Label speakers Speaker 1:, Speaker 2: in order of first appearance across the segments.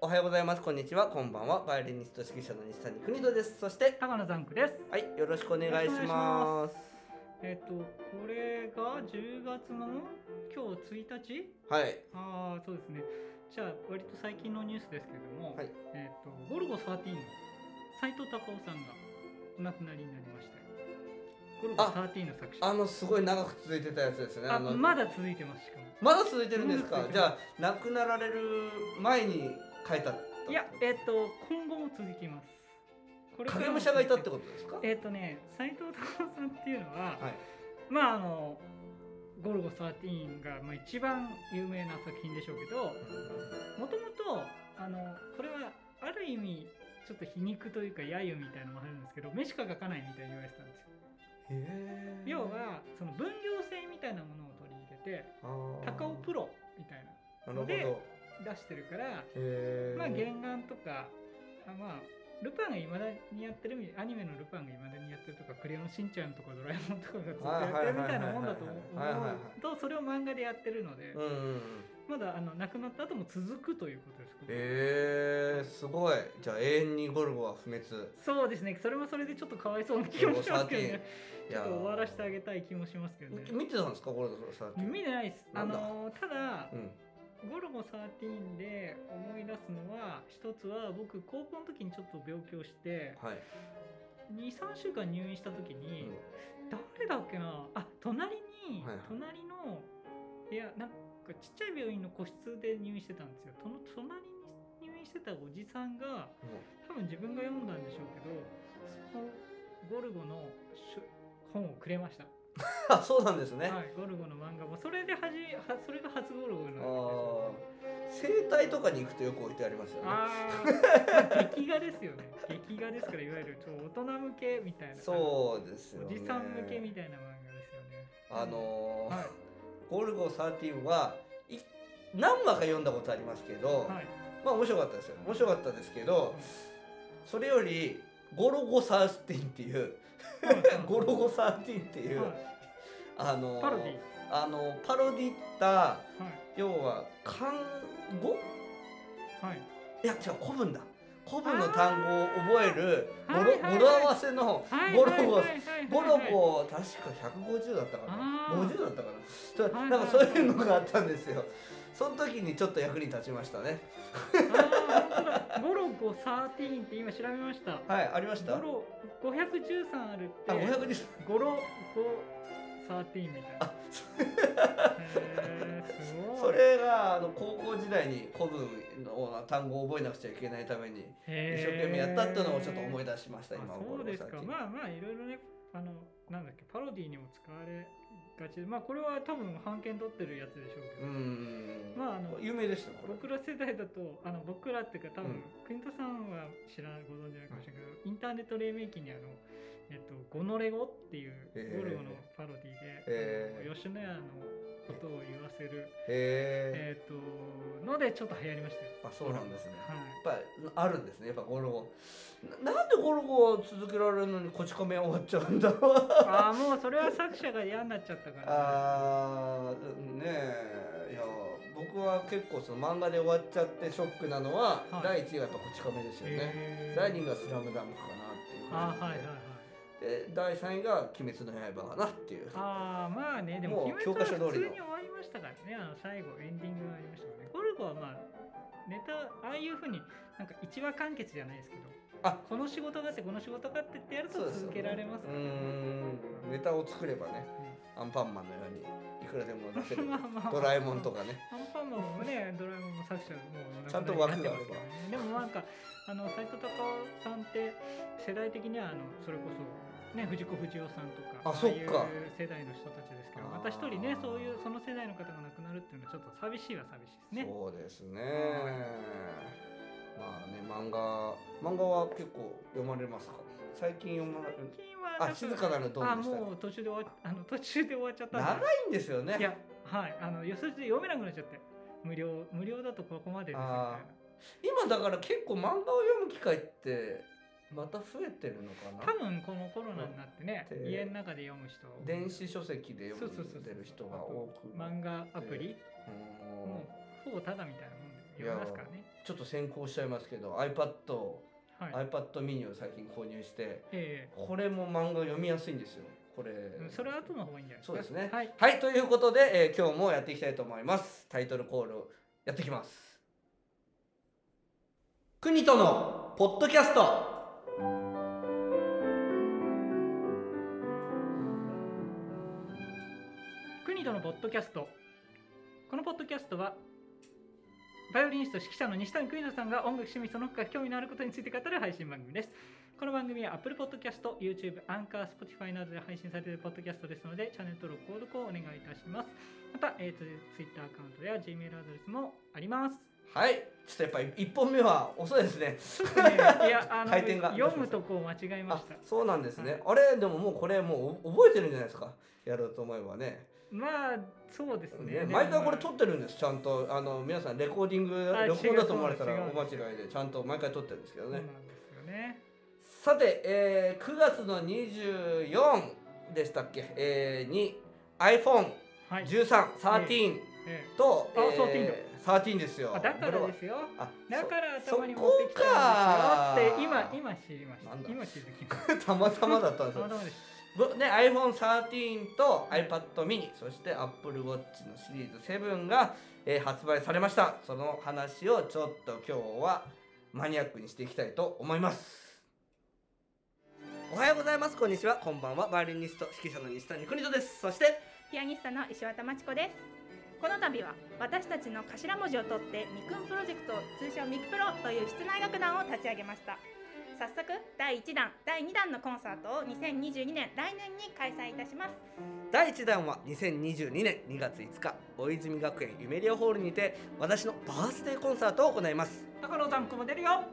Speaker 1: おはようございます。こんにちは。こんばんは。バイオリニスト指揮者の西谷邦人です。そして、
Speaker 2: 高野ザンクです。
Speaker 1: はい、よろしくお願いします。
Speaker 2: えっ、とこれが10月の今日1日？
Speaker 1: はい。
Speaker 2: ああそうですね。じゃあ割と最近のニュースですけれども、
Speaker 1: はい
Speaker 2: えっ、とゴルゴ13の斉藤孝夫さんがお亡くなりになりました。ゴルゴ13の作者。
Speaker 1: あの、すごい長く続いてたやつですね。
Speaker 2: あ
Speaker 1: の
Speaker 2: まだ続いてますしかも。
Speaker 1: まだ続いてるんです
Speaker 2: ま
Speaker 1: か
Speaker 2: だ続い
Speaker 1: じ
Speaker 2: てます
Speaker 1: ゃあ、亡くなられる前に書いたって
Speaker 2: いやえっ、と今後も続きます。これから
Speaker 1: 影
Speaker 2: も
Speaker 1: 武者がいたってことですか
Speaker 2: えっ、とね斉藤孝夫さんっていうの
Speaker 1: は
Speaker 2: は。
Speaker 1: い。
Speaker 2: まああの「ゴルゴ13」がまあ一番有名な作品でしょうけどもともとあのこれはある意味ちょっと皮肉というか揶揄みたいなのもあるんですけど目しか描かないみたいに言われてたんですよ。
Speaker 1: へー
Speaker 2: 要はその分業制みたいなものを取り入れて
Speaker 1: あー
Speaker 2: 高尾プロみたい
Speaker 1: なる
Speaker 2: な
Speaker 1: ほど。
Speaker 2: で
Speaker 1: へ
Speaker 2: 出してるから、
Speaker 1: え。
Speaker 2: まあ、原画とかあまあルパンがいまだにやってるみアニメのルパンがいまだにやってるとか「クレヨンしんちゃん」とか「ドラえもん」とかがずっとやってるみたいなもんだと思
Speaker 1: はいはいはいはいはいはいは
Speaker 2: うとそれを漫画でやってるので、
Speaker 1: うんうんうん。
Speaker 2: まだあの亡くなった後も続くということですけど、
Speaker 1: えー、すごい。じゃあ、永遠にゴルゴは不滅。
Speaker 2: そうですねそれもそれでちょっとかわいそうな気もしますけどね
Speaker 1: い
Speaker 2: ちょ
Speaker 1: や
Speaker 2: っ
Speaker 1: ー
Speaker 2: と終わらせてあげたい気もしますけどね
Speaker 1: 見てたんですかゴルゴ13
Speaker 2: 見てないです
Speaker 1: な
Speaker 2: あ
Speaker 1: んだ
Speaker 2: のただ
Speaker 1: うん
Speaker 2: 「ゴルゴ13」で思い出すのは一つは僕高校の時にちょっと病気をして
Speaker 1: はい、
Speaker 2: 23週間入院した時
Speaker 1: う
Speaker 2: に、
Speaker 1: ん
Speaker 2: 誰だっけなあ隣に、
Speaker 1: はいはい
Speaker 2: 隣の部屋なんかちっちゃい病院の個室で入院してたんですよとの隣に入院してたおじさんが多分自分が読んだんでしょうけどそのゴルゴの書本をくれました、
Speaker 1: あそうなんですね、
Speaker 2: はい、ゴルゴの漫画もそれではじはそれが初ゴルゴなんです
Speaker 1: あ
Speaker 2: よ
Speaker 1: あ整体とかに行くとよく置いてありますよね
Speaker 2: あ ー、まあ、劇画ですよね劇画ですからいわゆるちょっと大人向けみたいな
Speaker 1: そうですよ
Speaker 2: お
Speaker 1: ね
Speaker 2: じさん向けみたいな漫画ですよね
Speaker 1: あのー
Speaker 2: はい
Speaker 1: ゴルゴ13はい何話か読んだことありますけど、
Speaker 2: はい
Speaker 1: まあ面白かったですよ面白かったですけど、それよりゴロゴ13っていうゴロゴ13っていう、
Speaker 2: は
Speaker 1: あの
Speaker 2: い
Speaker 1: ー
Speaker 2: パロディ、
Speaker 1: あのーパロディった
Speaker 2: は
Speaker 1: 要は漢語
Speaker 2: いはい、
Speaker 1: いや違う古文だ古文の単語を覚える語呂,、
Speaker 2: はいはいはい
Speaker 1: 語呂合わせのゴロゴ、ゴロ
Speaker 2: ゴ
Speaker 1: ゴ確か150だったか
Speaker 2: あ
Speaker 1: な
Speaker 2: ー
Speaker 1: 50だったかなちょっと
Speaker 2: はい
Speaker 1: な
Speaker 2: はい
Speaker 1: んかそういうのがあったんですよその時にちょっと役に立ちましたね
Speaker 2: ゴロゴ13って今調べました、
Speaker 1: はいありました
Speaker 2: ゴロ513あるっ
Speaker 1: あ
Speaker 2: て
Speaker 1: 520
Speaker 2: ゴロゴ13みたいな
Speaker 1: あそ
Speaker 2: へーすごい
Speaker 1: それがあの高校時代に古文の単語を覚えなくちゃいけないために一生懸命やったっていうのをちょっと思い
Speaker 2: 出
Speaker 1: 出しました今
Speaker 2: そうです
Speaker 1: ゴ
Speaker 2: か
Speaker 1: ロゴ13
Speaker 2: まあまあいろいろねあのなんだっけパロディにも使われがちでまあこれは多分版権取ってるやつでしょうけ
Speaker 1: う
Speaker 2: ど、
Speaker 1: ん
Speaker 2: まああの
Speaker 1: 有名でしたよこれ
Speaker 2: 僕ら世代だとあの僕らっていうか多
Speaker 1: うん
Speaker 2: 分、クイントさんは知らないご存知ないかもしれないけど、インターネット黎明期にあの「えっと、ゴノレゴ」っていう
Speaker 1: えー
Speaker 2: ゴルゴのパロディで、
Speaker 1: えー
Speaker 2: あの吉野家のことを言わせる、
Speaker 1: へえ
Speaker 2: えっとのでちょっと流行りましたよ。
Speaker 1: あそうなんですね
Speaker 2: はい
Speaker 1: やっぱあるんですねやっぱゴルゴななんでゴルゴは続けられるのにこち亀は終わっちゃうんだろう
Speaker 2: ああもうそれは作者が嫌になっちゃったから
Speaker 1: あーねえいや僕は結構その漫画で終わっちゃってショックなのは、
Speaker 2: はい
Speaker 1: 第1位がやっぱこち亀ですよね、
Speaker 2: へー
Speaker 1: 第2位が「スラムダンクかなっていう
Speaker 2: あ
Speaker 1: 感
Speaker 2: ー
Speaker 1: じで,、
Speaker 2: はいはいはい
Speaker 1: で第3位が「鬼滅の刃」かなっていう
Speaker 2: ああまあねで
Speaker 1: も
Speaker 2: も
Speaker 1: う
Speaker 2: 鬼滅
Speaker 1: 教科書通りの
Speaker 2: は普通に終わりましたからねあの最後エンディングがありましたからねゴルゴはまあネタああいうふうになんか一話完結じゃないですけど
Speaker 1: あ
Speaker 2: この仕事があってこの仕事があってってやると
Speaker 1: そうですよ
Speaker 2: 続
Speaker 1: ね
Speaker 2: けられます
Speaker 1: うー
Speaker 2: からね
Speaker 1: んネタを作ればねアンパンマンのようにいくらでも出せる
Speaker 2: まあまあ
Speaker 1: ドラえもんとかね
Speaker 2: アンパンマンもね、ドラえもんも作者もう
Speaker 1: ちゃんと枠があれば
Speaker 2: なくなっちゃいますからねでもなんか、あの斉藤隆夫さんって世代的にはあのそれこそね藤子不二雄さんとか
Speaker 1: あそっか
Speaker 2: ああいう世代の人たちですけど、
Speaker 1: あー
Speaker 2: また一人ねそういうその世代の方が亡くなるっていうのはちょっと寂しいは寂しいですね。
Speaker 1: そうですね
Speaker 2: は。
Speaker 1: まあね、漫画、漫画は結構読まれますか。最近読まれ、
Speaker 2: 最近は
Speaker 1: あ、静かなるド
Speaker 2: あ
Speaker 1: ンでしたっ
Speaker 2: もう途中で終わっあの途中で終わっちゃっ
Speaker 1: け。
Speaker 2: たんで
Speaker 1: 長いんですよね。
Speaker 2: いやはいあの予想で読めなくなっちゃって無料無料だとここまでですみたい
Speaker 1: あー今だから結構漫画を読む機会って、また増えてるの
Speaker 2: な
Speaker 1: か
Speaker 2: 多
Speaker 1: な。
Speaker 2: 分このコロナになってね
Speaker 1: で
Speaker 2: 家の中で読む人
Speaker 1: 電子書籍で
Speaker 2: そう
Speaker 1: 読
Speaker 2: そうそうんそ
Speaker 1: で
Speaker 2: う
Speaker 1: る人が多く。
Speaker 2: 漫画アプリ
Speaker 1: う
Speaker 2: もうほぼただみたいなもんで読みますからね。
Speaker 1: ちょっと先行しちゃいますけど iPad を、
Speaker 2: はい。
Speaker 1: iPad mini を最近購入して
Speaker 2: え
Speaker 1: これも漫画読みやすいんですよこれ
Speaker 2: えうんそれは後の方がいいんじゃないですか。
Speaker 1: そうですね
Speaker 2: はい。
Speaker 1: はいということで、えー今日もやっていきたいと思いますタイトルコールやってきます国とのポッドキャスト
Speaker 2: 国とのポッドキャスト。このポッドキャストは。バイオリニスト指揮者の西谷邦人さんが音楽趣味その他興味のあることについて語る配信番組です。この番組は Apple Podcast、YouTube、Anchor、Spotify などで配信されているポッドキャストですので、チャンネル登録、購読をお願いいたします。また、えーと、Twitter アカウントや Gmail アドレスもあります。
Speaker 1: はいちょっとやっぱり1本目は遅いですね
Speaker 2: ちょっとね、いや、あの、
Speaker 1: 回転が
Speaker 2: 読むとこを間違え ま
Speaker 1: あ
Speaker 2: した。
Speaker 1: そうなんですね、あれでももうこれもう覚えてるんじゃないですかやろうと思えばね
Speaker 2: まあ、そうですね。
Speaker 1: ね、毎回これ
Speaker 2: と
Speaker 1: 撮ってるんですちゃんとあの皆さんレコーディング
Speaker 2: あ
Speaker 1: 録音だと思われたら
Speaker 2: 違う違う
Speaker 1: お間違いでちゃんと毎回撮ってるんですけどね、
Speaker 2: そうなんですよね。
Speaker 1: さて、えー9月の24でしたっけ、えーに
Speaker 2: はい。
Speaker 1: iPhone1313
Speaker 2: ええ
Speaker 1: と、
Speaker 2: あ
Speaker 1: えー13ですよ
Speaker 2: あだか
Speaker 1: こ
Speaker 2: ら
Speaker 1: れは
Speaker 2: ですよ。
Speaker 1: あ
Speaker 2: だから
Speaker 1: そ
Speaker 2: 頭に持ってきたんですよ
Speaker 1: そ
Speaker 2: って
Speaker 1: こ
Speaker 2: 今
Speaker 1: か
Speaker 2: 今知りました
Speaker 1: なん。だ
Speaker 2: 今知りまし
Speaker 1: そ たまたまだったんですよ
Speaker 2: た。たま たまです。
Speaker 1: ぶね、iPhone13 と iPad mini そして AppleWatch のシリーズ7が、えー発売されましたその話をちょっと今日はマニアックにしていきたいと思いますおはようございますこんにちはこんばんはバイオリニスト指揮者の西谷邦人ですそして
Speaker 3: ピアニストの石渡真知子です。この度は私たちの頭文字を取ってミクンプロジェクト通称ミクプロという室内楽団を立ち上げました。早速第1弾、第2弾のコンサートを2022年来年に開催いたします。
Speaker 1: 第1弾は2022年2月5日大泉学園ゆめりおホールにて私のバースデーコンサートを行います
Speaker 2: 高野さんここも出 るよ。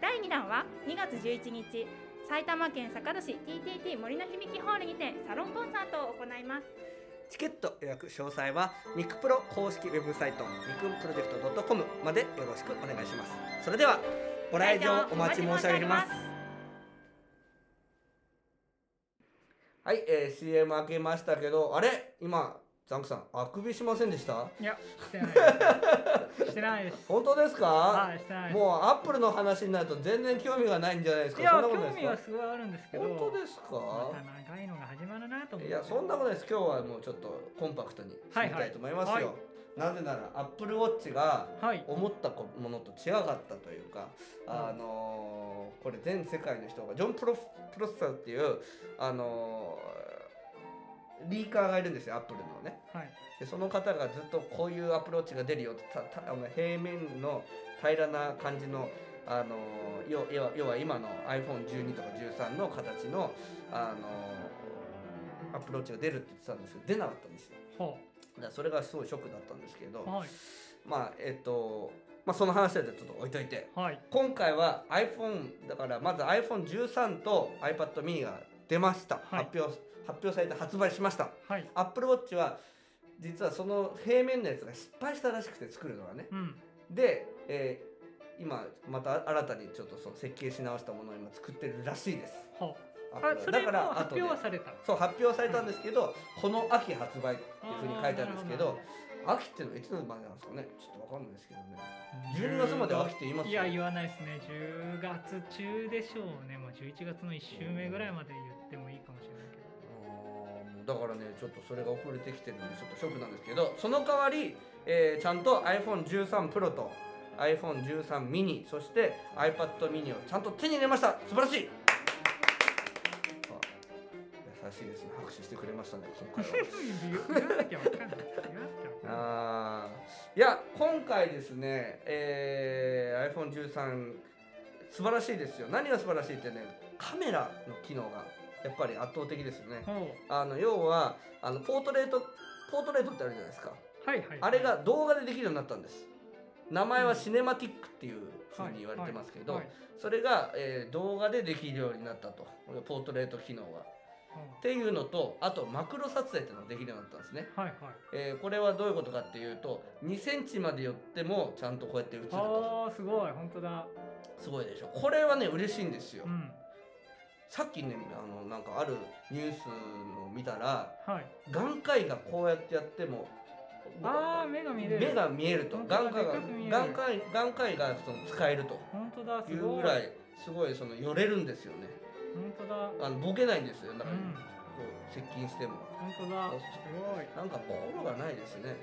Speaker 3: 第2弾は2月11日、埼玉県坂戸市 TTT 森の響きホールにてサロンコンサートを行います。
Speaker 1: チケット予約詳細はミクプロ公式ウェブサイトミクンプロジェクト .com までよろしくお願いしますそれではご来場お待ち申し上げますはい、えー、CM 開けましたけどあれ今ザンクさんあくびしませんでした
Speaker 2: いやしてないです。してないです。
Speaker 1: 本当ですか、
Speaker 2: はいしてないです。
Speaker 1: もうアップルの話になると全然興味がないんじゃないですか
Speaker 2: いや
Speaker 1: そんなことない
Speaker 2: 興
Speaker 1: です
Speaker 2: 味は
Speaker 1: か
Speaker 2: すごいあるんですけど。
Speaker 1: 本当です
Speaker 2: ま
Speaker 1: か
Speaker 2: た長いのが始まるなと思って。
Speaker 1: いやそんなことないです今日はもうちょっとコンパクトにしてみたいと思いますよ、
Speaker 2: はいはい
Speaker 1: なぜならアップルウォッチが
Speaker 2: はい。
Speaker 1: 思ったものと違かったというか、あのーこれ全世界の人がジョン・プロフプロスターっていう、あのーリーカーがいるんですよアップルのね
Speaker 2: はい。
Speaker 1: でその方がずっとこういうアプローチが出るよってたたあの平面の平らな感じの、あのー要要は要は今の iPhone12 とか13の形の、あのーアプローチが出るって言ってたんですけど出なかったんですよ
Speaker 2: ほ
Speaker 1: だからそれがすごいショックだったんですけど、
Speaker 2: う。はい。
Speaker 1: まあえっ、と、まあ、その話はちょっと置いといて
Speaker 2: はい。
Speaker 1: 今回は iPhone だからまず iPhone13 と iPad mini が出ました、
Speaker 2: はい
Speaker 1: 発表発表されて発売しました
Speaker 2: はい。
Speaker 1: Apple Watch は実はその平面のやつが失敗したらしくて作るのがね
Speaker 2: うん。
Speaker 1: で、えー今また新たにちょっとその設計し直したものを今作ってるらしいです
Speaker 2: ほう。あ
Speaker 1: Apple は
Speaker 2: それも発
Speaker 1: 後
Speaker 2: 表
Speaker 1: で
Speaker 2: はされた。
Speaker 1: そう発表されたんですけど、この秋発売っていうふうに書いてあるんですけど秋っていうのはいつまでなんですかねちょっとわかんないですけどね12月まで秋って言います
Speaker 2: いや言わないですね10月中でしょうねもう11月の1週目ぐらいまで言ってもいいかもしれないけど
Speaker 1: うんだからねちょっとそれが遅れてきてるんでちょっとショックなんですけどその代わり、えーちゃんと iPhone13Pro と iPhone13 mini そして iPad mini をちゃんと手に入れました素晴らしいあ優しいですね拍手してくれましたね今回は
Speaker 2: 言わなきゃわかんない言わなきゃわかんない
Speaker 1: あーいや今回ですね、えー iPhone13 素晴らしいですよ何が素晴らしいってねカメラの機能がやっぱり圧倒的ですよね
Speaker 2: ほ
Speaker 1: あの要はあのポートレートポートレートってあるじゃないですか
Speaker 2: うはいはい
Speaker 1: あれが動画でできるようになったんです名前はシネマティックっていうふうに言われてますけど、
Speaker 2: はいはい
Speaker 1: それが、えー動画でできるようになったとポートレート機能がっていうのとあとマクロ撮影っていうのができるようになったんですね、
Speaker 2: はいはい
Speaker 1: えーこれはどういうことかっていうと2センチまで寄ってもちゃんとこうやって映ると
Speaker 2: あーすごい本当だ
Speaker 1: すごいでしょこれはね嬉しいんですよ、
Speaker 2: うん
Speaker 1: さっきねあのなんかあるニュースを見たら
Speaker 2: はい
Speaker 1: 眼科医がこうやってやっても
Speaker 2: ああ目が見れる
Speaker 1: 目が見えると
Speaker 2: 本当だ
Speaker 1: 眼科が
Speaker 2: でっかく見える
Speaker 1: 眼科医眼科医がその使えると
Speaker 2: 本当だ
Speaker 1: い
Speaker 2: す
Speaker 1: う
Speaker 2: ご
Speaker 1: ぐ
Speaker 2: い
Speaker 1: らいすごいその寄れるんですよね
Speaker 2: 本当だ
Speaker 1: あのボケないんですよだか
Speaker 2: う
Speaker 1: ら、
Speaker 2: ん
Speaker 1: こう接近しても
Speaker 2: 本当だ
Speaker 1: そう
Speaker 2: す
Speaker 1: なんか心がないですね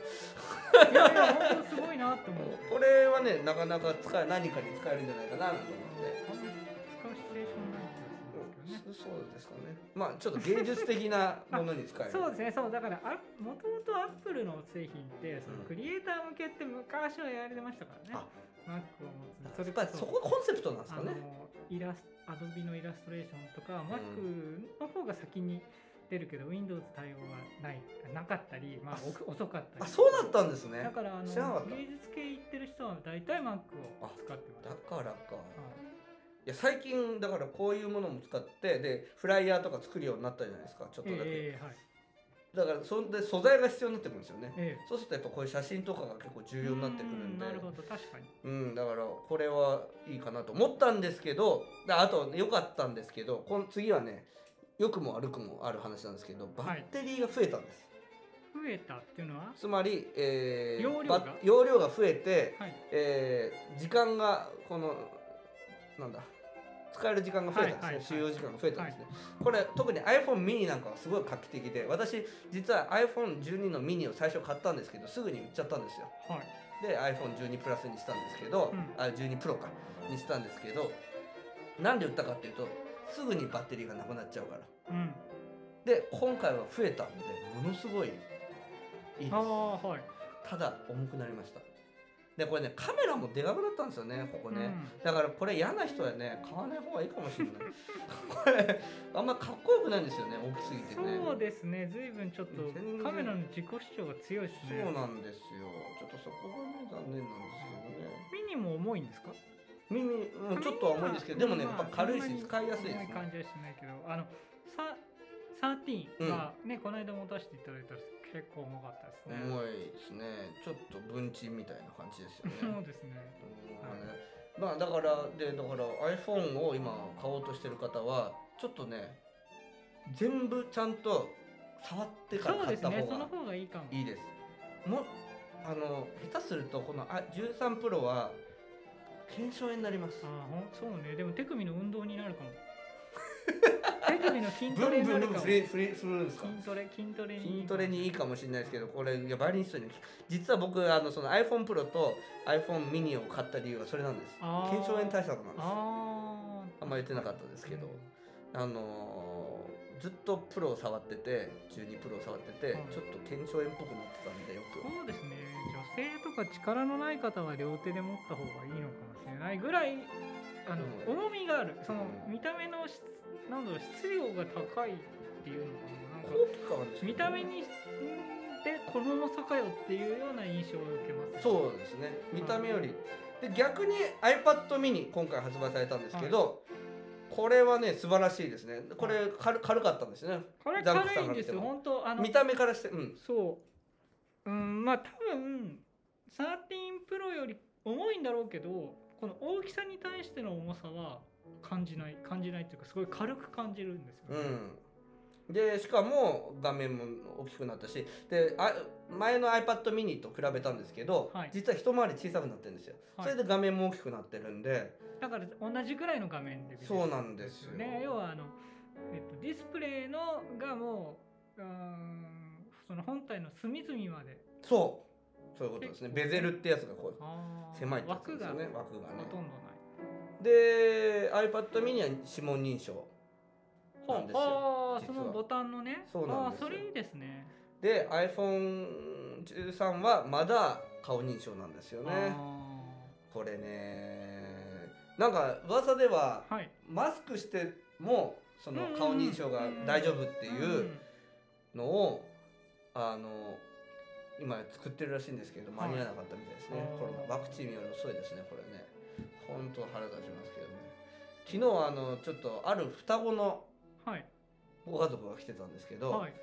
Speaker 2: ごいいやいや本当すごいなと思う
Speaker 1: これはねなかなか使え何かに使えるんじゃないかなと思って
Speaker 2: あんまり使うシチュエーションない気がするんですけどね
Speaker 1: そそうですかねまあちょっと芸術的なものに使える
Speaker 2: そうですねそうだからあもともとアップルの製品ってその
Speaker 1: うん
Speaker 2: クリエイター向けって昔はやられましたからね
Speaker 1: あ、
Speaker 2: マックを持
Speaker 1: や
Speaker 2: つ
Speaker 1: っぱりそこがコンセプトなんです
Speaker 2: あ
Speaker 1: か
Speaker 2: の
Speaker 1: ね
Speaker 2: イラスアドビのイラストレーションとか、
Speaker 1: ん
Speaker 2: Mac の方が先に出るけど Windows 対応はないなかったり、まあ、お遅かったり
Speaker 1: あそうだったんですね
Speaker 2: だからあ
Speaker 1: 知らなかっ
Speaker 2: の
Speaker 1: た
Speaker 2: 芸術系行ってる人は大体 Mac を使ってます
Speaker 1: だからか
Speaker 2: はい
Speaker 1: や最近だからこういうものも使ってでフライヤーとか作るようになったじゃないですかちょっと
Speaker 2: い
Speaker 1: だけ、
Speaker 2: ええはい
Speaker 1: だからそんで素材が必要になってくるんですよね
Speaker 2: え
Speaker 1: そうするとやっぱこういう写真とかが結構
Speaker 2: え
Speaker 1: 重要になってくるんで
Speaker 2: うなるほど確かに
Speaker 1: うん、だからこれはいいかなと思ったんですけどだあと良かったんですけどこの次はね良くも悪くもある話なんですけどバッテリーが増えたんです、
Speaker 2: 増えたっていうのは
Speaker 1: つまり、えー
Speaker 2: 容量が
Speaker 1: バッ容量が増えて、
Speaker 2: はい
Speaker 1: えー時間がこのなんだ使える時間が増えたんですね、
Speaker 2: はいはいは
Speaker 1: 収容
Speaker 2: い
Speaker 1: 時間が増えたんですね、これ特に iPhone mini なんかはすごい画期的で私実は iPhone12 の mini を最初買ったんですけどすぐに売っちゃったんですよ
Speaker 2: はい
Speaker 1: で iPhone12 プラスにしたんですけど、
Speaker 2: うん
Speaker 1: あ12プロかにしたんですけどなんで売ったかっていうとすぐにバッテリーがなくなっちゃうから
Speaker 2: うん
Speaker 1: で今回は増えたんでものすごいいいです
Speaker 2: ああはい
Speaker 1: ただ重くなりましたでこれねカメラもでかくなったんですよねここね、だからこれ嫌な人はね買わない方がいいかもしれない これあんまかっこよくないんですよね大きすぎてね
Speaker 2: うんそうですね随分ちょっと
Speaker 1: 全然
Speaker 2: カメラの自己主張が強いですね
Speaker 1: そうなんですよちょっとそこがね残念なんですけどね
Speaker 2: ミニも重いんですか
Speaker 1: 耳うんちょっとは重いですけどでもねやっぱ軽いし使いやすいですね
Speaker 2: 重い感じはしないけどあのさ13はね、この間も出していただいたんですけど結構重かったですね
Speaker 1: 重いですねちょっと文鎮みたいな感じですよね
Speaker 2: そうですね
Speaker 1: うんまあねまあだからでだから iPhone を今買おうとしてる方はちょっとね全部ちゃんと触ってから
Speaker 2: そう
Speaker 1: 買
Speaker 2: で
Speaker 1: っ
Speaker 2: す
Speaker 1: た
Speaker 2: ね
Speaker 1: 方
Speaker 2: そ
Speaker 1: が
Speaker 2: の方がいいかも
Speaker 1: いいですもあの下手するとこのあ13プロは検証炎になります
Speaker 2: ああほんそうねでも手首の運動になるかも手首の筋
Speaker 1: ブ
Speaker 2: トレ
Speaker 1: ン
Speaker 2: に
Speaker 1: ブ
Speaker 2: な
Speaker 1: ン
Speaker 2: る
Speaker 1: ブ
Speaker 2: か
Speaker 1: ン
Speaker 2: も
Speaker 1: 振
Speaker 2: 筋
Speaker 1: り振りするんですか
Speaker 2: トレ筋トレに
Speaker 1: 筋トレにいい
Speaker 2: か
Speaker 1: かもしれないですけどこれいやバイオリニストに実は僕あのその iPhone プロと iPhone ミニを買った理由はそれなんです
Speaker 2: あー
Speaker 1: 腱鞘炎対策なんですあ
Speaker 2: ああ
Speaker 1: んま言ってなかったですけど、あのーずっとプロを触ってて12プロを触ってて、
Speaker 2: はい
Speaker 1: ちょっと腱鞘炎っぽくなってたんでよく
Speaker 2: そうですね女性とか力のない方は両手で持った方がいいのかもしれないぐらいあの、
Speaker 1: うん
Speaker 2: 重みがあるその、
Speaker 1: うん
Speaker 2: 見た目の質なんだろう質量が高いっていうのかななんか
Speaker 1: 高級感はですね
Speaker 2: 見た目にんでこの重さかよっていうような印象を受けます
Speaker 1: そうですね見た目より、で逆に iPad mini 今回発売されたんですけど、これはね素晴らしいですねこれ軽軽かったんですね
Speaker 2: これ
Speaker 1: ダンクさん
Speaker 2: 軽いんですよ
Speaker 1: が見ても
Speaker 2: 本当あの
Speaker 1: 見た目からしてうん
Speaker 2: そううんまあ多分13プロより重いんだろうけどこの大きさに対しての重さは感じない感じないっていうかすごい軽く感じるんですよね、
Speaker 1: うん、でしかも画面も大きくなったしであ前の iPad mini と比べたんですけど、
Speaker 2: はい
Speaker 1: 実は一回り小さくなってるんですよ、
Speaker 2: はい
Speaker 1: それで画面も大きくなってるんで
Speaker 2: だから同じぐらいの画面で見れる
Speaker 1: そうなんですよ
Speaker 2: ね要はあの、えっと、ディスプレイのがもううーんその本体の隅々まで
Speaker 1: そうそういうことですね
Speaker 2: 結構
Speaker 1: ベゼルってやつがこう
Speaker 2: あー
Speaker 1: 狭いってやつ
Speaker 2: 枠
Speaker 1: です
Speaker 2: が
Speaker 1: よ
Speaker 2: ほと
Speaker 1: ね
Speaker 2: ん
Speaker 1: 枠が
Speaker 2: ど
Speaker 1: ね
Speaker 2: ない。
Speaker 1: で iPad mini は指紋認証なんですよ
Speaker 2: ああーそ
Speaker 1: 実は
Speaker 2: のボタンのね
Speaker 1: そうなんです
Speaker 2: あ
Speaker 1: よ
Speaker 2: ーそれいいですね
Speaker 1: で iPhone13 はまだ顔認証なんですよね
Speaker 2: あ
Speaker 1: これねなんか噂では
Speaker 2: ーはい
Speaker 1: マスクしてもその
Speaker 2: うんうんうん
Speaker 1: 顔認証が大丈夫っていうのをあの今作ってるらしいんですけど
Speaker 2: は
Speaker 1: 間
Speaker 2: い
Speaker 1: に合わなかったみたいですね、
Speaker 2: あー
Speaker 1: これワクチンより遅いですねこれね本当腹立ちますけどね昨日あのちょっとある双子の
Speaker 2: はい
Speaker 1: ご家族が来てたんですけど、
Speaker 2: はい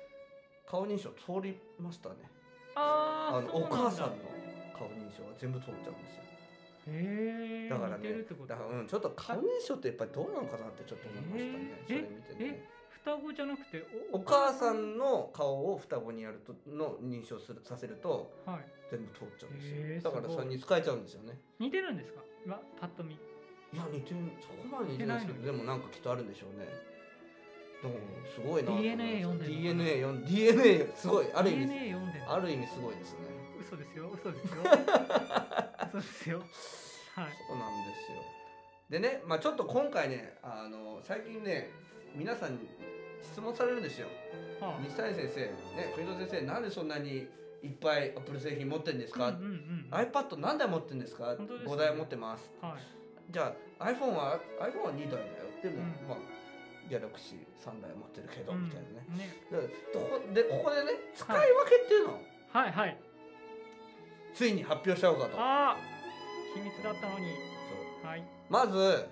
Speaker 1: 顔認証通りましたねあ
Speaker 2: あー
Speaker 1: の
Speaker 2: そう
Speaker 1: お
Speaker 2: なんだ
Speaker 1: 母さんの顔認証が全部通っちゃうんですよ
Speaker 2: へえ
Speaker 1: だから
Speaker 2: 似て
Speaker 1: ね
Speaker 2: るってこ、と
Speaker 1: だからうん、ちょっと顔認証ってやっぱりどうなのかなってちょっと思いましたねそ
Speaker 2: えー。
Speaker 1: れ見てね。
Speaker 2: 双子じゃなくて
Speaker 1: お母さんの顔を双子にやるとの認証するさせると
Speaker 2: はい
Speaker 1: 全部通っちゃうんですよ、
Speaker 2: へー
Speaker 1: だから
Speaker 2: すごい
Speaker 1: 3人使えちゃうんですよね
Speaker 2: 似てるんですかまパッと
Speaker 1: い
Speaker 2: 見
Speaker 1: や似てるそこまで似てないですけど
Speaker 2: 似
Speaker 1: でもなんかきっとあるんでしょうねでもすごいな
Speaker 2: DNA 読んでるのかな
Speaker 1: DNA 読ん DNA すごいある意味
Speaker 2: DNA 読んでる
Speaker 1: ある意味すごいですね
Speaker 2: 嘘ですよ嘘 ですよ嘘ですよはい
Speaker 1: そうなんですよでね、まあ、ちょっと今回ねあの最近ね皆さんに質問されるんですよ
Speaker 2: はあ
Speaker 1: 西谷先生、ね、国戸先生なんでそんなにいっぱいアップル製品持ってるんですか、
Speaker 2: うんうんうん、
Speaker 1: iPad 何台持ってるんですか
Speaker 2: 本当ですね
Speaker 1: 5台持ってます
Speaker 2: はい
Speaker 1: じゃあ iPhone は iPhone は2台だよでも、
Speaker 2: うん
Speaker 1: まあギャラクシー3台持ってるけど、みたいなね
Speaker 2: うんね
Speaker 1: だからここでここでね使い分けっていうのを
Speaker 2: はいはい
Speaker 1: ついに発表しちゃおうかと、
Speaker 2: あー秘密だったのに
Speaker 1: そう
Speaker 2: はい
Speaker 1: まず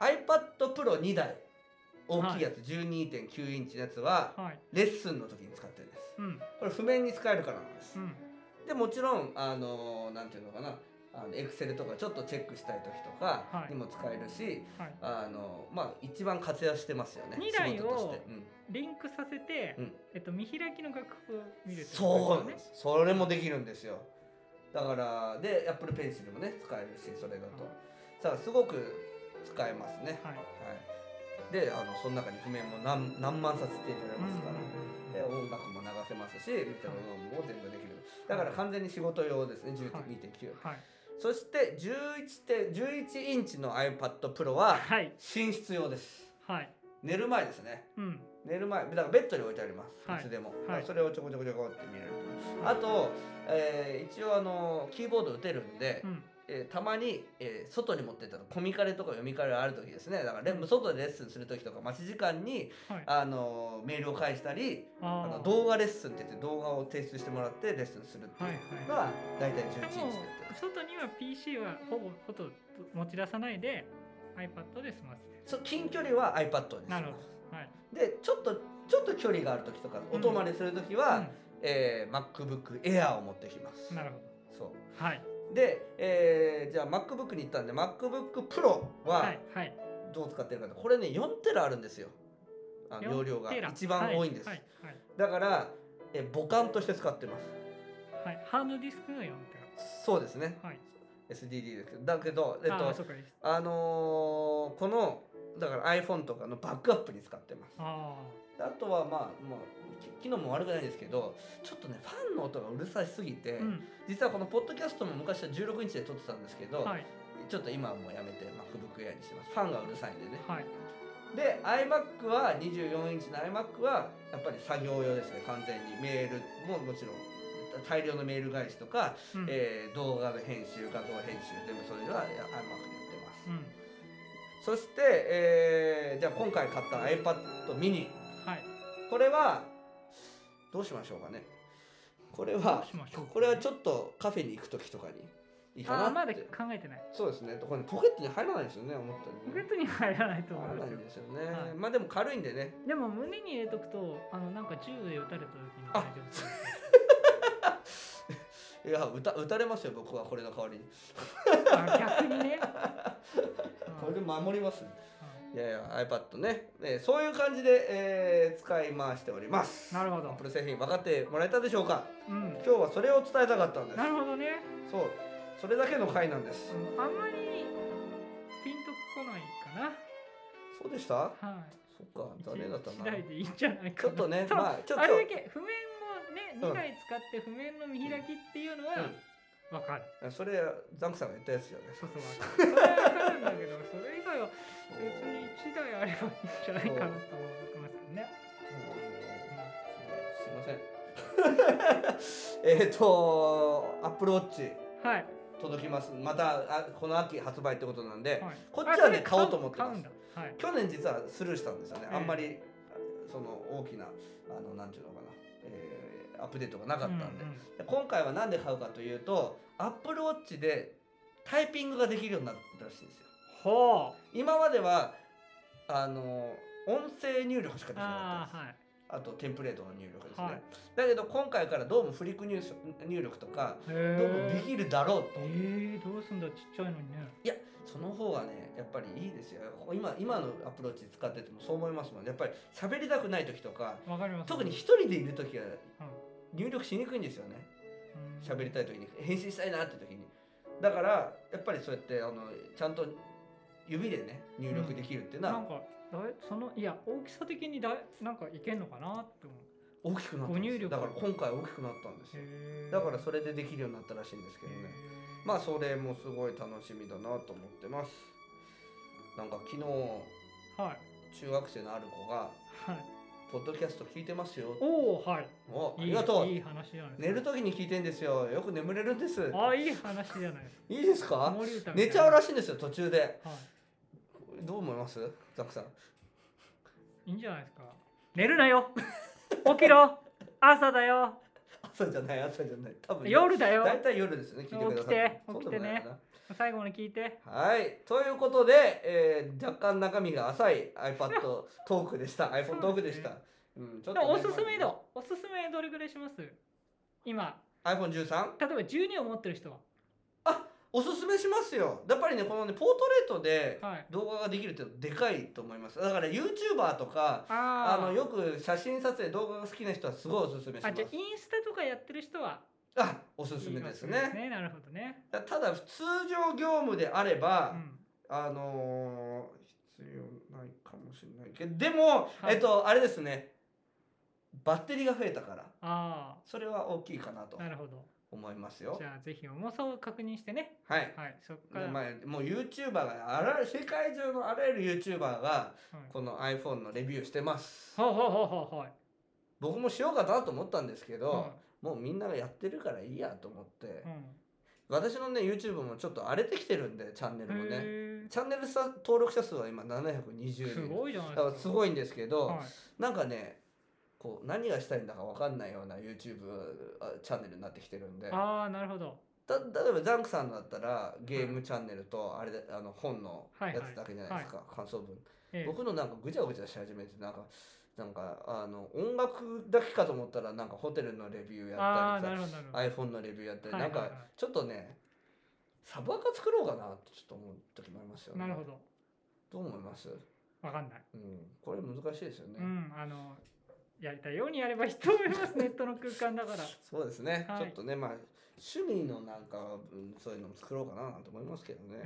Speaker 1: iPadPro2 台大きいやつ、12.9インチのやつは
Speaker 2: はい
Speaker 1: レッスンの時に使ってるんです
Speaker 2: うん
Speaker 1: これ譜面に使えるからなんです
Speaker 2: う、ん
Speaker 1: でもちろんあのなんていうのかなあのエクセルとかちょっとチェックしたい時とか
Speaker 2: はい
Speaker 1: にも使えるし、
Speaker 2: はい
Speaker 1: あのまあ一番活躍してますよね
Speaker 2: 二台を
Speaker 1: 仕事として、うん
Speaker 2: リンクさせて、
Speaker 1: うん
Speaker 2: えっと、見開きの楽譜を見るって
Speaker 1: そう
Speaker 2: こ
Speaker 1: な
Speaker 2: と
Speaker 1: ん
Speaker 2: で
Speaker 1: ですすそれもできるんですよだからで Apple Pencil もね使えるしそれだとさあすごく使えますね
Speaker 2: よねはい
Speaker 1: はいであのその中に譜面も何何万冊って入れられますから、で音楽も流せますし見たものも全部できるだから完全に仕事用ですね12.9、
Speaker 2: はいはい
Speaker 1: そして11点11インチの iPad Pro は
Speaker 2: はい
Speaker 1: 寝室用です
Speaker 2: はい
Speaker 1: 寝る前ですね
Speaker 2: うん
Speaker 1: 寝る前だからベッドに置いてあります、
Speaker 2: は
Speaker 1: い、
Speaker 2: い
Speaker 1: つでも、
Speaker 2: はい
Speaker 1: それをちょこちょこちょこって見れるあと、えー一応あのキーボード打てるんで、
Speaker 2: うん
Speaker 1: えーたまに、えー外に持ってったらコミカレとか読みカレある時ですねだからレッ外でレッスンする時とか待ち時間に
Speaker 2: はい
Speaker 1: あのメールを返したり
Speaker 2: あ
Speaker 1: あの
Speaker 2: ー
Speaker 1: 動画レッスンって言って動画を提出してもらってレッスンするってい
Speaker 2: はいう
Speaker 1: の
Speaker 2: は
Speaker 1: が大体11インチ
Speaker 2: い
Speaker 1: でやって
Speaker 2: でも
Speaker 1: ます
Speaker 2: 外には PC はほぼほとんど持ち出さないで iPad で済ませて
Speaker 1: そう近距離は iPad にし
Speaker 2: な
Speaker 1: ま
Speaker 2: るほ
Speaker 1: す
Speaker 2: どはい、
Speaker 1: でちょっとちょっと距離がある時とか
Speaker 2: う
Speaker 1: お
Speaker 2: ん
Speaker 1: 泊まりする時は、えー MacBook Air を持ってきま
Speaker 2: う
Speaker 1: す
Speaker 2: ん、なるほ
Speaker 1: そ
Speaker 2: どはいう
Speaker 1: で、えーじゃあ MacBook に行ったんで MacBookPro
Speaker 2: は
Speaker 1: はい
Speaker 2: はい
Speaker 1: どう使ってるかとこれね4テラあるんですよあの容量が
Speaker 2: テラ
Speaker 1: 一番多いんです、
Speaker 2: はいはい
Speaker 1: だから、えー母艦として使ってます
Speaker 2: はい、はい、ハードディスクが4テ
Speaker 1: そうですね
Speaker 2: ラはい
Speaker 1: SDD ですけどだけどえっ
Speaker 2: あー
Speaker 1: と
Speaker 2: そうかです
Speaker 1: あのーこのだから iPhone とかのバックアップに使ってます
Speaker 2: あ
Speaker 1: であとはまあ、まあ、き機能も悪くないんですけどちょっとねファンの音がうるさしすぎて、
Speaker 2: あうん
Speaker 1: 実はこのポッドキャストも昔は16インチで撮ってたんですけど、
Speaker 2: はい
Speaker 1: ちょっと今はもうやめて MacBook Air にしてますファンがうるさいんでね
Speaker 2: はい
Speaker 1: で iMac は24インチの iMac はやっぱり作業用ですね完全にメールももちろん大量のメール返しとか、
Speaker 2: うん
Speaker 1: えー動画の編集画像編集全部それは iMac でやってます、
Speaker 2: うん
Speaker 1: そして、えーじゃあ今回買った iPad mini
Speaker 2: はい
Speaker 1: これはどうしましょうかねこれ
Speaker 2: ど
Speaker 1: は
Speaker 2: うしましょう
Speaker 1: これはち
Speaker 2: ょっ
Speaker 1: ょっとカフェに行く時とかにいいか
Speaker 2: あー
Speaker 1: な
Speaker 2: ま
Speaker 1: っ
Speaker 2: だ
Speaker 1: て、
Speaker 2: 考えてない
Speaker 1: そうですねこれねポケットに入らないですよね思ったよ
Speaker 2: ポケ
Speaker 1: りね
Speaker 2: ットに入らないと思い
Speaker 1: 入ら
Speaker 2: ま
Speaker 1: な
Speaker 2: す
Speaker 1: い
Speaker 2: よ
Speaker 1: んですよね、
Speaker 2: はい
Speaker 1: まあでも軽いんでね
Speaker 2: でも胸に入れとくとあのなんか銃で撃たれた時に大丈夫です
Speaker 1: いや打た打たれますよ僕はこれの代わりに
Speaker 2: あ逆に ね
Speaker 1: これで守ります
Speaker 2: う
Speaker 1: いやいや iPad ね、えーそういう感じで、えー使い回しております
Speaker 2: んなるほ
Speaker 1: アッ
Speaker 2: ど
Speaker 1: プル製品分かってもらえたでしょうか
Speaker 2: うん
Speaker 1: 今日はそれを伝えたかったんです
Speaker 2: なるほどね
Speaker 1: そうそれだけの回なんです、
Speaker 2: うんあんまりピンとこないか
Speaker 1: そうでした
Speaker 2: なはい
Speaker 1: そっか残念だった
Speaker 2: 一日一
Speaker 1: な
Speaker 2: 台でいいんじゃないか
Speaker 1: ち
Speaker 2: な
Speaker 1: ょっとね
Speaker 2: そう
Speaker 1: まあちょっと
Speaker 2: あれだけ譜面
Speaker 1: う
Speaker 2: をね
Speaker 1: ん
Speaker 2: 2台使って譜面の見開きっていうのはわかる
Speaker 1: うん、それザンクさんが言ったやつじゃないです
Speaker 2: そ
Speaker 1: か
Speaker 2: うそうわかるそれはわかるんだけどそれ以外は別に1台あればいいんじゃないかなと思いますけどね
Speaker 1: すいません えっとアップルウォッチ
Speaker 2: うんはい
Speaker 1: 届きますまたあこの秋発売ってことなんで、
Speaker 2: はい
Speaker 1: こっちはね
Speaker 2: あそれ
Speaker 1: 買おうと思ってます
Speaker 2: 買うんだはい
Speaker 1: 去年実はスルーしたんですよね、
Speaker 2: ええ
Speaker 1: あんまりその大きなあのなんていうのかな、えーアップデートがなかったんで,で、
Speaker 2: うんうん
Speaker 1: 今回は何で買うかというとアップルウォッチでタイピングができるようになったらしいんですよ
Speaker 2: ほう
Speaker 1: 今まではあの音声入力しかできなか
Speaker 2: あ
Speaker 1: ったん
Speaker 2: あ
Speaker 1: です
Speaker 2: はい
Speaker 1: あとテンプレートの入力ですね、
Speaker 2: はい
Speaker 1: だけど今回からどうもフリック入手入力とか
Speaker 2: へ
Speaker 1: どうもで
Speaker 2: え
Speaker 1: きるだろうと、
Speaker 2: えー、どうすんだちっちゃいのにね
Speaker 1: いやその方がねやっぱりいいですよ今今のアプローチ使っててもそう思いますもんねやっぱり喋りたくない時とか
Speaker 2: わかります
Speaker 1: 特に一人でいる時は入力しにくいんですよね喋りたい時に返信したいなって時にだからやっぱりそうやってあのちゃんと指でね入力できるっていうの
Speaker 2: な
Speaker 1: は
Speaker 2: んかだいそのいや大きさ的にだいなんかいけんのかなって思う
Speaker 1: 大きくなったん
Speaker 2: ご
Speaker 1: で
Speaker 2: 入
Speaker 1: すよ
Speaker 2: 力
Speaker 1: だから今回大きくなったんですよ
Speaker 2: へー
Speaker 1: だからそれでできるようになったらしいんですけどね
Speaker 2: へー
Speaker 1: まあそれもすごい楽しみだなと思ってますなんか昨日
Speaker 2: はい
Speaker 1: 中学生のある子が
Speaker 2: はい
Speaker 1: 「ポッドキャスト聞いてますよ」
Speaker 2: おおはい
Speaker 1: おあ
Speaker 2: いい
Speaker 1: りがとう
Speaker 2: いい話じゃないですか
Speaker 1: 寝る時に聞いてんですよよく眠れるんです
Speaker 2: あいい話じゃないです
Speaker 1: いいです
Speaker 2: か
Speaker 1: か
Speaker 2: 子守歌みた
Speaker 1: 寝
Speaker 2: いな
Speaker 1: ちゃうらしいんですよ途中で
Speaker 2: は
Speaker 1: どう思いますザクさん
Speaker 2: いいいんじゃないですか寝るなよ起 きろ朝だよ
Speaker 1: 朝じゃない朝じゃない多分
Speaker 2: 夜だよ
Speaker 1: 大体夜ですよね聞いてくださって
Speaker 2: 起きて
Speaker 1: そうでもないかな
Speaker 2: 最後に聞いて
Speaker 1: はいということで、えー若干中身が浅い iPad トークで した iPhone トークでした、うん、ちょ
Speaker 2: で
Speaker 1: っとね、
Speaker 2: もおすすめ度おすすめどれぐらいします今
Speaker 1: iPhone13
Speaker 2: 例えば12を持ってる人は
Speaker 1: おすすめしますよやっぱりねこのねポートレートで
Speaker 2: はい
Speaker 1: 動画ができるってでかいと思いますだから YouTuber とかあ
Speaker 2: あー
Speaker 1: のよく写真撮影動画が好きな人はすごいおすすめしま
Speaker 2: あ
Speaker 1: す
Speaker 2: じゃあインスタとかやってる人は
Speaker 1: あおすすめです
Speaker 2: いい
Speaker 1: ね
Speaker 2: なるほどね、
Speaker 1: ただ通常業務であれば、
Speaker 2: うん、
Speaker 1: あのー必要ないかもしれないけどでも、
Speaker 2: は
Speaker 1: え
Speaker 2: い
Speaker 1: っとあれですねバッテリーが増えたから
Speaker 2: あ
Speaker 1: それは大きいかなと
Speaker 2: あなるほど
Speaker 1: 思いますよ
Speaker 2: じゃあぜひ重さを確認してね
Speaker 1: はい
Speaker 2: はいそっか
Speaker 1: で
Speaker 2: ら、
Speaker 1: まあ、もう YouTuber があら世界中のあらゆる YouTuber が
Speaker 2: はい
Speaker 1: この iPhone のレビューしてます
Speaker 2: ほうほうほうほうほう
Speaker 1: 僕もしようかなと思ったんですけど、
Speaker 2: う
Speaker 1: もうみんながやってるからいいやと思って、
Speaker 2: ん
Speaker 1: 私のね YouTube もちょっと荒れてきてるんでチャンネルも
Speaker 2: うん
Speaker 1: ね
Speaker 2: へ
Speaker 1: チャンネルさ登録者数は今720
Speaker 2: ーす
Speaker 1: 人
Speaker 2: ごいじゃない
Speaker 1: だから
Speaker 2: です
Speaker 1: す
Speaker 2: か
Speaker 1: ごいんですけど、
Speaker 2: はい
Speaker 1: なんかねこう何がしたいんだか分かんないような YouTube あチャンネルになってきてるんでた
Speaker 2: ああなるほど
Speaker 1: 例えばザンクさんだったらゲームチャンネルとあれであの本のやつだけじゃないですか、感想文、
Speaker 2: ええ
Speaker 1: 僕のなんかぐちゃぐちゃし始めてなんかなんかあの音楽だけかと思ったらなんかホテルのレビュー
Speaker 2: あ
Speaker 1: や
Speaker 2: あな
Speaker 1: っ
Speaker 2: るほどなるほど
Speaker 1: たりさ iPhone のレビューやったり、
Speaker 2: はいはいはい
Speaker 1: なんかちょっとねサブアカ作ろうかなってちょっと思う時もありますよね
Speaker 2: なるほど
Speaker 1: どう思います、
Speaker 2: わかんない
Speaker 1: うん、これ難しいですよね、
Speaker 2: うんあのやりたいようにやればいいと思い ますネットの空間だから
Speaker 1: そうですね、
Speaker 2: はい
Speaker 1: ちょっとねまあ趣味のなんか、うん、そういうのも作ろうかななんて思いますけどね,、
Speaker 2: え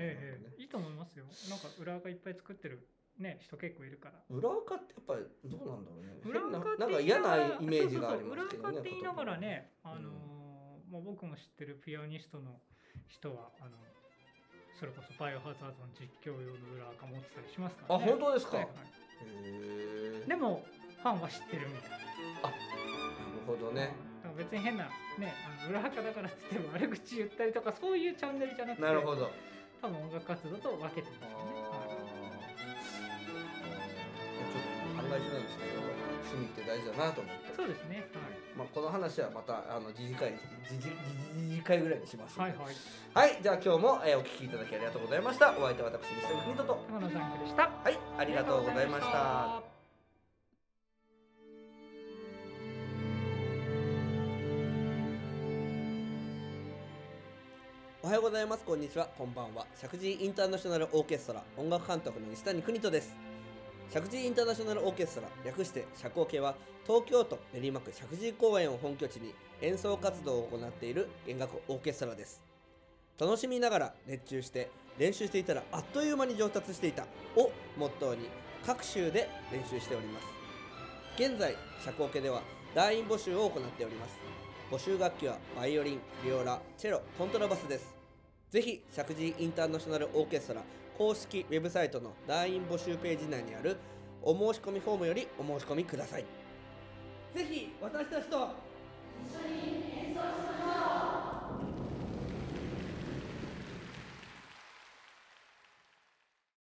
Speaker 2: えええいいと思いますよなんか裏垢いっぱい作ってるね人結構いるから
Speaker 1: 裏垢ってやっぱりどうなんだろうね
Speaker 2: 裏
Speaker 1: 変な
Speaker 2: 垢って
Speaker 1: なんか
Speaker 2: 言い
Speaker 1: 嫌
Speaker 2: な
Speaker 1: な
Speaker 2: がら
Speaker 1: イメージがありますけどね
Speaker 2: そうそうそう裏垢って言いながらね、
Speaker 1: 言葉
Speaker 2: あ
Speaker 1: に
Speaker 2: のーまあ、僕も知ってるピアニストの人はあのそれこそバイオハザードの実況用の裏垢持ってたりしますから、
Speaker 1: あ
Speaker 2: ね、
Speaker 1: 本当ですか、
Speaker 2: はいは
Speaker 1: へ
Speaker 2: い、
Speaker 1: えな
Speaker 2: で
Speaker 1: る
Speaker 2: もファンは知ってるみたいな
Speaker 1: ほどね
Speaker 2: だから別に変な、ね、あの裏垢だからっつって悪口言ったりとかそういうチャンネルじゃなくて
Speaker 1: なるほど
Speaker 2: 多分音楽活動と分けてるん
Speaker 1: あ
Speaker 2: で
Speaker 1: ーちょっと考え
Speaker 2: すよね
Speaker 1: づらいんですけど趣味って大事だなと思って
Speaker 2: はい、そうですね、
Speaker 1: まあ、この話はまたあの次次回次次次次回ぐらいにしますん
Speaker 2: は
Speaker 1: で
Speaker 2: い、はいはい
Speaker 1: はい、じゃあ今日も、えーお聞きいただきありがとうございました。お相手は私、西野邦人と。
Speaker 2: 高野ザンクでしたあ
Speaker 1: はい、ありがとうございました。おはようございます。こんにちは。こんばんは。石神井インターナショナルオーケストラ音楽監督の西谷邦人です。石神井インターナショナルオーケストラ略して社交系は東京都練馬区石神井公園を本拠地に演奏活動を行っている弦楽オーケストラです。楽しみながら熱中して練習していたらあっという間に上達していたをモットーに各州で練習しております。現在、社交系では団員募集を行っております。募集楽器はバイオリン、ビオラ、チェロ、コントラバスです。ぜひ、石神井インターナショナルオーケストラ公式ウェブサイトの団員募集ページ内にあるお申し込みフォームよりお申し込みください。ぜひ、私たちと